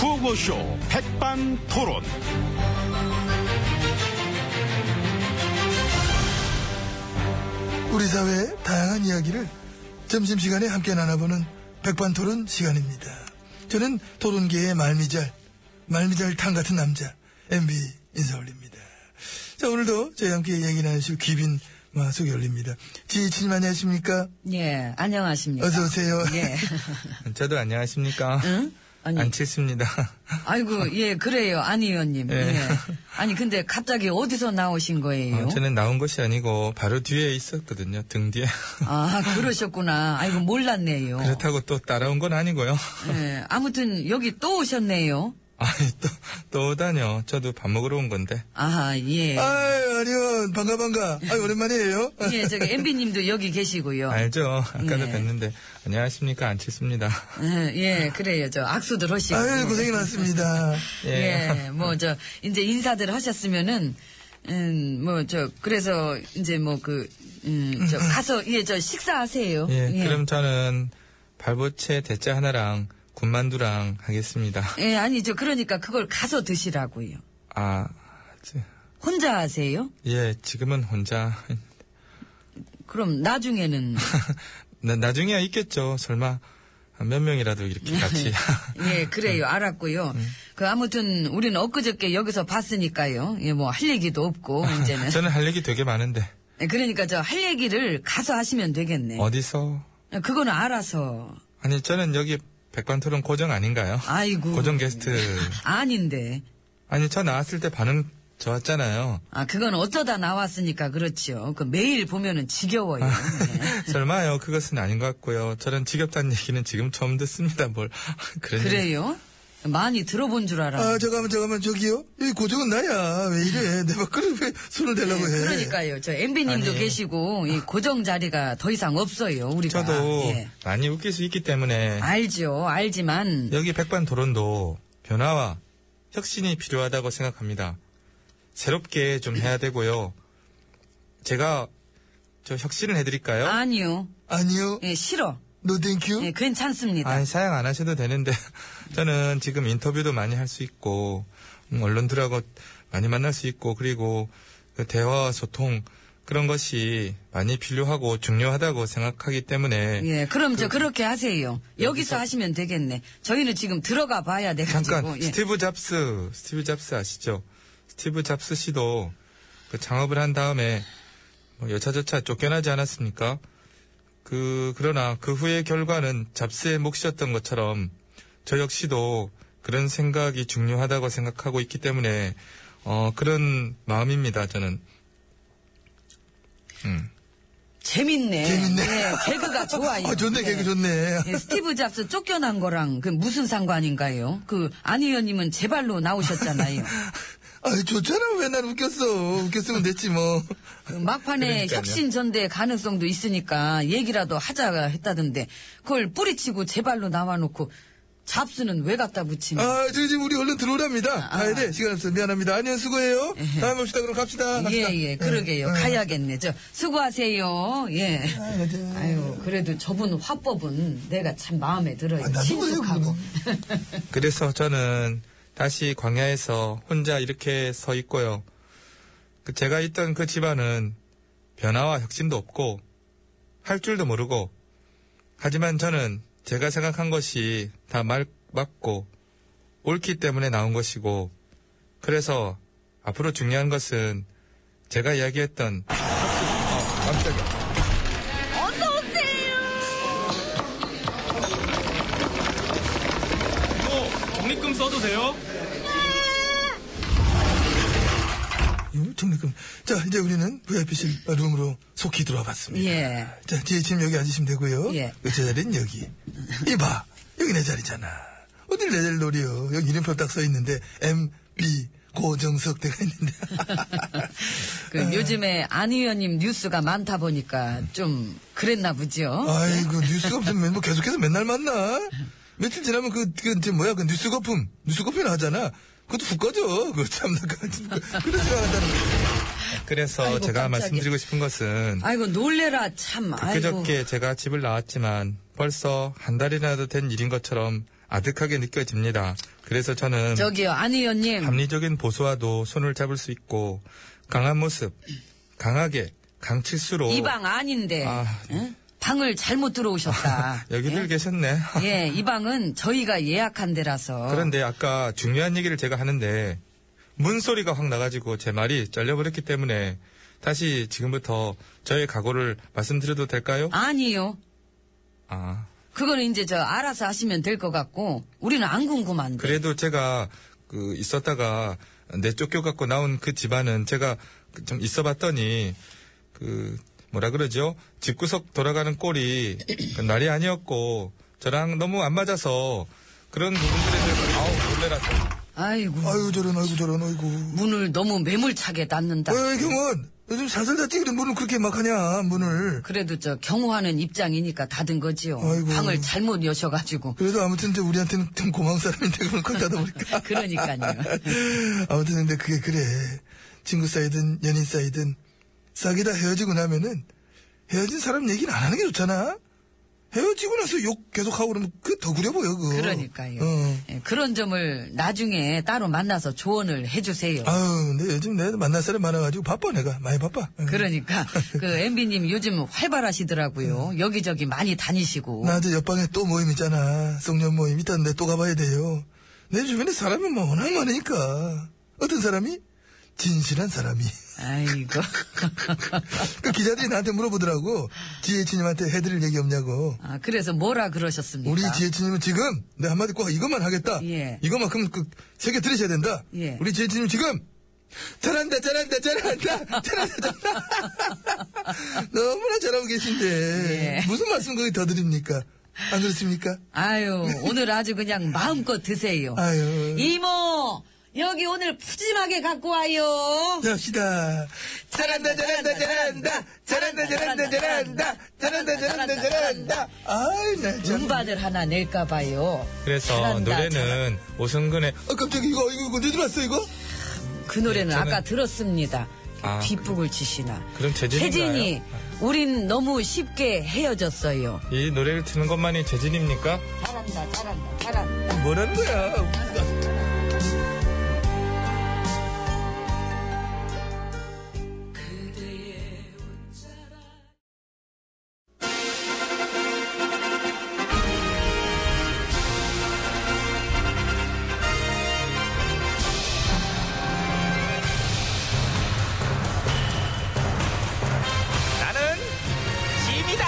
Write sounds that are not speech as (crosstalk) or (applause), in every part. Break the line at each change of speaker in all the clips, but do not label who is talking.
구호쇼 백반토론.
우리 사회의 다양한 이야기를 점심시간에 함께 나눠보는 백반토론 시간입니다. 저는 토론계의 말미잘, 말미잘탕 같은 남자, MB 인사 올립니다. 자, 오늘도 저희 함께 얘기 나누실 귀빈 마, 소개 올립니다. 지혜진님 안녕하십니까?
예, 안녕하십니까.
어서오세요. (laughs)
예.
저도 안녕하십니까.
응? 아니,
안 칠습니다.
아이고, 예, 그래요. 안 의원님. 예. 아니, 근데 갑자기 어디서 나오신 거예요?
아,
어, 저는 나온 것이 아니고 바로 뒤에 있었거든요. 등 뒤에.
아, 그러셨구나. 아이고, 몰랐네요.
그렇다고 또 따라온 건 아니고요.
예, 아무튼 여기 또 오셨네요.
아니 또, 또 오다뇨. 저도 밥 먹으러 온 건데.
아, 예.
아유, 아니요. 반가, 반가. 아유, 오랜만이에요.
예, 저기 MB님도 여기 계시고요.
알죠. 아까도
네.
뵀는데 안녕하십니까. 안 칠습니다.
예, 예, 그래요. 저 악수들 하시고.
아유, 고생이 많습니다.
예, 뭐, 저, 이제 인사들 하셨으면은, 음, 뭐, 저, 그래서, 이제 뭐, 그,
(laughs)
음, 저, 가서, 예, 저, 식사하세요.
예, 그럼 저는 발보채 대짜 하나랑 군만두랑 하겠습니다.
예, 아니, 저, 그러니까 그걸 가서 드시라고요.
아, 지-
혼자 하세요?
예, 지금은 혼자.
그럼 나중에는,
나, 나중에야 있겠죠. 설마 몇
(laughs)
명이라도 이렇게 같이. (laughs) 네.
예, 그래요. 알았고요. 그, 아무튼, 우리는 엊그저께 여기서 봤으니까요. 예, 뭐, 할 얘기도
(laughs)
없고, 이제는.
저는 할 얘기 되게 많은데.
예, 그러니까 저, 할 얘기를 가서 하시면 되겠네. 예,
어디서?
그거는 알아서.
아니 저는 여기 백반토론 고정 아닌가요?
아이고. 음.
고정 게스트.
아닌데.
아니 저 나왔을 때 반응 좋았잖아요.
아, 그건 어쩌다 나왔으니까 그렇죠. 그 매일 보면은
(laughs)
지겨워요. 예.
설마요 그것은 아닌 것 같고요. 저는 지겹다는 얘기는 지금 처음 듣습니다. 뭘 (laughs) 그런 얘기.
그래요? 많이 들어본 줄 알아.
아, 잠깐만, 잠깐만, 저기요. 여기 고정은 나야. 왜 이래. (laughs) 내 밥그릇 왜 손을
예.
대려고 해.
그러니까요. 저 MB님도
아니.
계시고 이 고정 자리가 더 이상 없어요. 우리가.
저도
예. 아.
많이 웃길 수 있기 때문에
알죠. 알지만
여기 백반토론도 변화와 혁신이 필요하다고 생각합니다. 새롭게 좀 해야 되고요. 제가 저 혁신을 해드릴까요?
아니요.
아니요.
예, 싫어.
노 땡큐.
예, 괜찮습니다.
아니, 사양 안 하셔도 되는데, (laughs) 저는 지금 인터뷰도 많이 할 수 있고, 음, 언론들하고 많이 만날 수 있고, 그리고 그 대화와 소통, 그런 것이 많이 필요하고 중요하다고 생각하기 때문에,
예, 그럼 저 그렇게 하세요. 여기서, 하시면 되겠네. 저희는 지금 들어가 봐야 돼 가지고.
잠깐,
예.
스티브 잡스, 스티브 잡스 아시죠? 스티브 잡스 씨도 그 창업을 한 다음에 뭐 여차저차 쫓겨나지 않았습니까? 그, 그러나 그 후의 결과는 잡스의 몫이었던 것처럼 저 역시도 그런 생각이 중요하다고 생각하고 있기 때문에, 어, 그런 마음입니다, 저는.
재밌네.
재밌네.
예, 개그가 좋아요.
아, 좋네,
예.
개그 좋네.
예, 스티브 잡스 쫓겨난 거랑 그 무슨 상관인가요? 그 안 의원님은 제 발로 나오셨잖아요.
아, 좋잖아. 왜 난 웃겼어. 웃겼으면 됐지, 뭐.
그 막판에
그러니까요.
혁신 전대 가능성도 있으니까 얘기라도 하자 했다던데 그걸 뿌리치고 제 발로 나와놓고 잡수는 왜 갖다 붙이냐?
어,
아, 저 지금 우리 얼른 들어오랍니다.
아.
가야 돼. 시간 없어. 미안합니다. 안녕, 수고해요. 다음에 봅시다. 그럼 갑시다.
예,
갑시다.
예,
어,
그러게요. 가야겠네. 저, 수고하세요. 예. 아유, 그래도 저분 화법은 내가 참 마음에
아,
들어요.
아, 나도
친숙하고.
그래서 저는 다시 광야에서 혼자 이렇게 서 있고요. 그 제가 있던 그 집안은 변화와 혁신도 없고 할 줄도 모르고 하지만 저는 제가 생각한 것이 다 말, 맞고 옳기 때문에 나온 것이고 그래서 앞으로 중요한 것은 제가 이야기했던 (laughs)
독립금 써도 돼요?
예. 정리금. 자, 이제 우리는 VIP실 룸으로 속히 들어와 봤습니다.
예.
자, 지혜 지금 여기 앉으시면 되고요.
예.
제 자리는 여기. 이봐. 여기 내 자리잖아. 어딜 내 자리 노려. 여기 이름표 딱 써 있는데, MB 고정석 대가 있는데.
(laughs) 그
네.
요즘에 안 의원님 뉴스가 많다 보니까 좀 그랬나 보죠.
어.
아이고,
네.
뉴스가 없으면 뭐 계속해서 맨날 만나. 며칠 지나면 그, 그, 이제 뭐야, 그 뉴스 거품. 뉴스 거품이 나잖아. 그것도 훅 꺼져. 그거 참나. 그러지 않는다는
그래서
아이고,
제가
깜짝이야.
말씀드리고 싶은 것은
아이고 놀래라 참. 아이고.
그저께 제가 집을 나왔지만 벌써 한 달이나 된 일인 것처럼 아득하게 느껴집니다. 그래서 저는
저기요, 안 의원님.
합리적인 보수와도 손을 잡을 수 있고 강한 모습, 강하게 강칠수로
이 방 아닌데.
어. 아.
응? 방을 잘못 들어오셨다.
(laughs) 여기들
예?
계셨네.
예, 이 방은 저희가 예약한 데라서.
(laughs) 그런데 아까 중요한 얘기를 제가 하는데 문 소리가 확 나가지고 제 말이 잘려버렸기 때문에 다시 지금부터 저의 각오를 말씀드려도 될까요?
아니요.
아.
그거는 이제 저 알아서 하시면 될 것 같고, 우리는 안 궁금한데.
그래도 제가 그 있었다가 내쫓겨 갖고 나온 그 집안은 제가 그좀 있어봤더니 그 뭐라 그러죠 집구석 돌아가는 꼴이 그 날이 아니었고 저랑 너무 안 맞아서 그런 부분들에 대해서 아우 놀래라
아이고.
아유 저런 아이고 저런 아이고.
문을 너무 매몰차게 닫는다.
왜 경원? 어, 뭐, 요즘 살살 닫지 그래 문을 그렇게 막 하냐 문을.
그래도 저 경호하는 입장이니까 닫은 거지요.
아이고.
방을 잘못
(laughs)
여셔가지고.
그래도 아무튼 저 우리한테는 좀 고마운 사람인데 그걸 콱
(laughs)
닫아버릴까.
그러니까요.
아무튼 근데 그게 그래. 친구 사이든 연인 사이든 싸게 다 헤어지고 나면은 헤어진 사람 얘기는 안 하는 게 좋잖아. 헤어지고 나서 욕 계속 하고 그러면 그 더 구려 보여 그거.
그러니까요.
어.
예, 그런 점을 나중에 따로 만나서 조언을 해주세요.
아유 근데 요즘 내가 만날 사람 많아가지고 바빠 내가 많이 바빠. 응.
그러니까 그 MB님 요즘 활발하시더라고요. 여기저기 많이 다니시고.
나 이제 옆방에 또 모임 있잖아. 송년 모임 있다는데 또 가봐야 돼요. 내 주변에 사람이 뭐 워낙 많으니까. 어떤 사람이? 진실한 사람이. (laughs)
아이고. (laughs)
그 기자들이 나한테 물어보더라고. 지혜치님한테 해드릴 얘기 없냐고.
아, 그래서 뭐라 그러셨습니까?
우리 지혜치님은 지금 내 한마디 꼭 이것만 하겠다.
예.
이것만큼 그 세계 들으셔야 된다.
예.
우리 지혜치님 지금 잘한다, 잘한다, 잘한다, 잘한다, (laughs) 잘한다. 너무나 잘하고 계신데
예.
무슨 말씀 거기 더 드립니까? 안 그렇습니까?
아유, 오늘 아주 그냥 마음껏 드세요.
아유.
이모, 여기 오늘 푸짐하게 갖고 와요.
갑시다. 잘한다, 잘한다, 잘한다. 잘한다, 잘한다, 잘한다. 잘한다, 잘한다, 잘한다. 아이, 나 참.
음반을 하나 낼까봐요.
그래서
잘한다,
노래는 오승근의
아, 깜짝이야. 이거, 이거, 이거, 늦어 왔어, 이거?
그 노래는
예, 저는-
아까 들었습니다.
아,
뒷북을 치시나.
그럼 재진인가요? 아.
이 우린 너무 쉽게 헤어졌어요.
이 노래를 듣는 것만이 재진입니까?
잘한다, 잘한다, 잘한다.
뭐라는 거야?
나는 짐이다.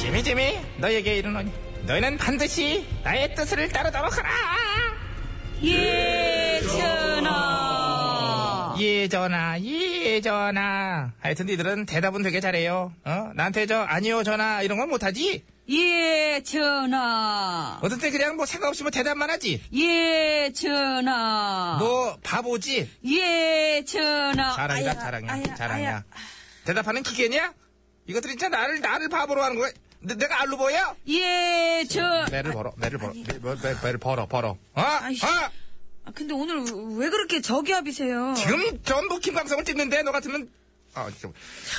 짐이 짐이 너에게 이르노니 너희는 반드시 나의 뜻을 따르도록 하라.
예천아.
예전아 예전아 하여튼 니들은 대답은 되게 잘해요 어 나한테 저 아니요 전화 이런 건 못하지
예천아.
어떤 때 그냥 뭐 생각 없이 뭐 대답만 하지.
예천아.
너 바보지?
예천아.
자랑이다,
아야,
자랑이야,
아야,
자랑이야.
아야.
대답하는 기계냐? 이것들이 진짜 나를, 나를 바보로 하는 거야? 내, 내가 알로 보여?
예천.
매를 벌어, 매를 벌어, 매, 매, 매, 매를 벌어, 벌어. 어? 어?
아, 근데 오늘 왜 그렇게 저기압이세요?
지금 전부 김광성을 찍는데 너 같으면, 아, 지금.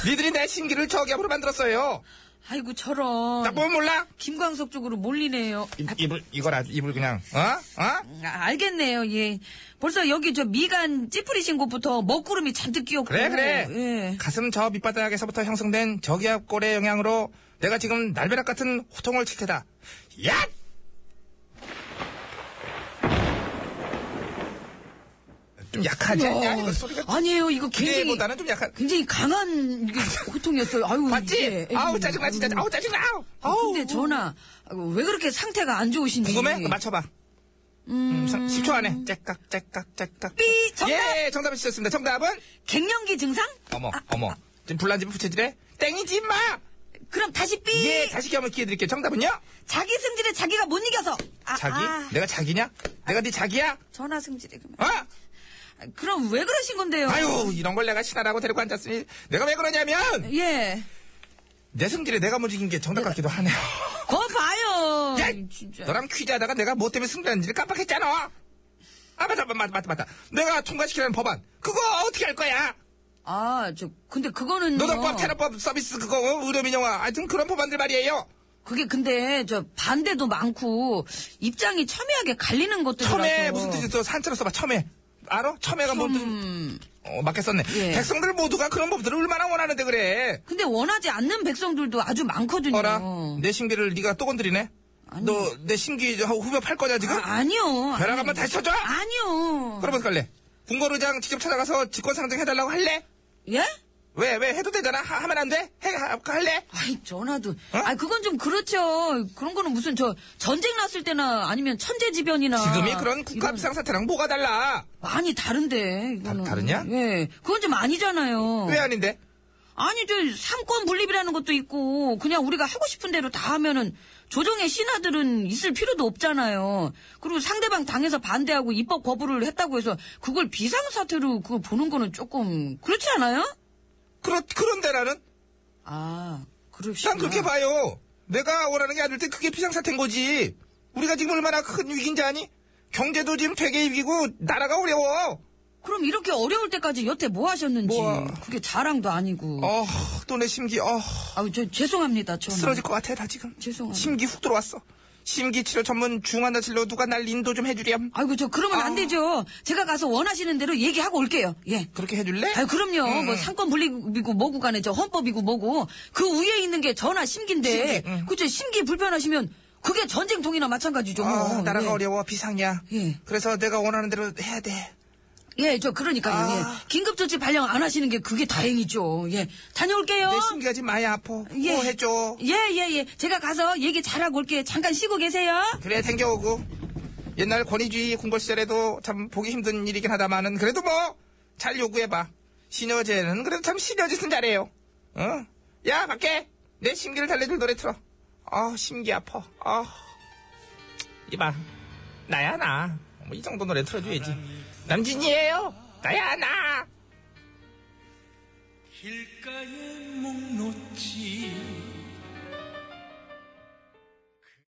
니들이 내 신기를 저기압으로 만들었어요.
아이고, 저런.
나 뭐- 보면 몰라?
김광석 쪽으로 몰리네요.
입, 입을, 이걸 아주, 입을 그냥, 어? 어?
아, 알겠네요. 예. 벌써 여기 저 미간 찌푸리신 곳부터 먹구름이 잔뜩 끼었고.
네, 그래, 그래.
예.
가슴 저 밑바닥에서부터 형성된 저기압 골의 영향으로 내가 지금 날벼락 같은 호통을 칠 테다. 야! 좀 약하지?
와.
야, 이거 뭐 소리가 뭐
아니에요. 이거 굉장히
기대보다는 좀 약한.
굉장히 강한 이게 고통이었어요. 아유,
맞지?
이게.
아우, 짜증나, 진짜. 아우, 짜증나! 아우!
예, 근데 전화 왜 그렇게 상태가 안 좋으신지
궁금해? 그럼 맞춰봐. 음, 10초 안에. 째깍, 째깍, 째깍.
삐, 정답!
예, 정답을 주셨습니다. 정답은?
갱년기 증상?
어머,
아,
어머. 지금 불난 집에 부채질해? 땡이지, 마!
그럼 다시 삐.
예, 다시 한번 기회 드릴게요. 정답은요?
자기 승질에 자기가 못 이겨서. 아,
자기? 네.
아,
내가 자기냐? 내가 네 자기야?
전화 승질에 그만.
어?
아, 그럼 왜 그러신 건데요?
아유 이런 걸 내가 신하라고 데리고 앉았으니 내가 왜 그러냐면
예.
내 승질에 내가 무지긴 게 정답 같기도 하네요
거 봐요.
야!
아, 진짜.
네. 너랑 퀴즈하다가 내가 뭐 때문에 승리했는지를 깜빡했잖아
아, 맞아, 맞다, 맞다, 맞다. 내가 통과시키라는 법안. 그거 어떻게 할 거야?
아, 저, 근데 그거는요.
노동법, 테러법, 서비스 그거, 어? 의료민영화. 하여튼 그런 법안들 말이에요.
그게 근데, 저, 반대도 많고, 입장이 첨예하게 갈리는 것들이.
첨예, 무슨 뜻이 또 산자로 써봐, 첨예. 알아? 첨예가 뭔 뜻이, 어, 맞겠었네.
예.
백성들 모두가 그런 법들을 얼마나 원하는데 그래.
근데 원하지 않는 백성들도 아주 많거든요.
어라, 내 신기를 네가 또 건드리네?
아니.
너 내 신기 하고 후벼 팔 거냐, 지금?
아, 아니요.
벼락 한번 다시 쳐줘?
아니요.
그럼 어떡할래? 궁궐의장 직접 찾아가서 직권상정 해달라고 할래?
예?
왜, 왜, 해도 되잖아? 하, 면안 돼? 해, 하, 할래?
아이, 전화도.
어?
아, 그건 좀 그렇죠. 그런 거는 무슨 저 전쟁 났을 때나 아니면 천재지변이나.
지금이 그런 국가
아, 이런-
비상 사태랑 뭐가 달라?
많이 다른데, 이거는.
다- 다르냐?
예. 그건 좀 아니잖아요.
왜 아닌데?
아니, 저, 삼권 분립이라는 것도 있고, 그냥 우리가 하고 싶은 대로 다 하면은, 조정의 신하들은 있을 필요도 없잖아요. 그리고 상대방 당에서 반대하고 입법 거부를 했다고 해서, 그걸 비상사태로 그거 보는 거는 조금, 그렇지 않아요?
그렇, 그런데 나는?
아, 그럽시다.
난 그렇게 봐요. 내가 원하는 게 아닐 때 그게 비상사태인 거지. 우리가 지금 얼마나 큰 위기인지 아니? 경제도 지금 되게 위기고 나라가 어려워.
그럼 이렇게 어려울 때까지 여태 뭐 하셨는지,
뭐-
그게 자랑도 아니고.
어, 또 내 심기, 어,
아우, 저, 죄송합니다, 저는.
쓰러질 것 같아, 나 지금.
죄송합니다.
심기 훅 들어왔어. 심기 치료 전문 중환자 진료 누가 날 인도 좀 해주렴.
아이고, 저, 그러면 안 되죠. 제가 가서 원하시는 대로 얘기하고 올게요. 예.
그렇게 해줄래?
아유, 그럼요. 뭐, 상권 분립이고 뭐고 간에 저 헌법이고 뭐고. 그 위에 있는 게 전화 심기인데.
심기, 응.
그쵸, 심기 불편하시면 그게 전쟁통이나 마찬가지죠.
아,
뭐.
나라가
예.
어려워 비상이야.
예.
그래서 내가 원하는 대로 해야 돼.
예, 저, 그러니까요.
아.
예. 긴급조치 발령 안 하시는 게 그게 다행이죠. 예. 다녀올게요.
내 네, 심기가 지금 많이 아파.
예.
뭐 해줘.
예, 예, 예. 제가 가서 얘기 잘하고 올게요. 잠깐 쉬고 계세요.
그래 댕겨오고. 옛날 권위주의 궁궐 시절에도 참 보기 힘든 일이긴 하다마는 그래도 뭐 잘 요구해봐. 신여제는 그래도 참 신여짓은 잘해요. 어? 야 밖에 내 심기를 달래줄 노래 틀어. 아 심기 아파. 아 이봐 나야 나. 뭐 이 정도 노래 틀어줘야지. 남진이에요. 나야 나.
길가에 목 놓지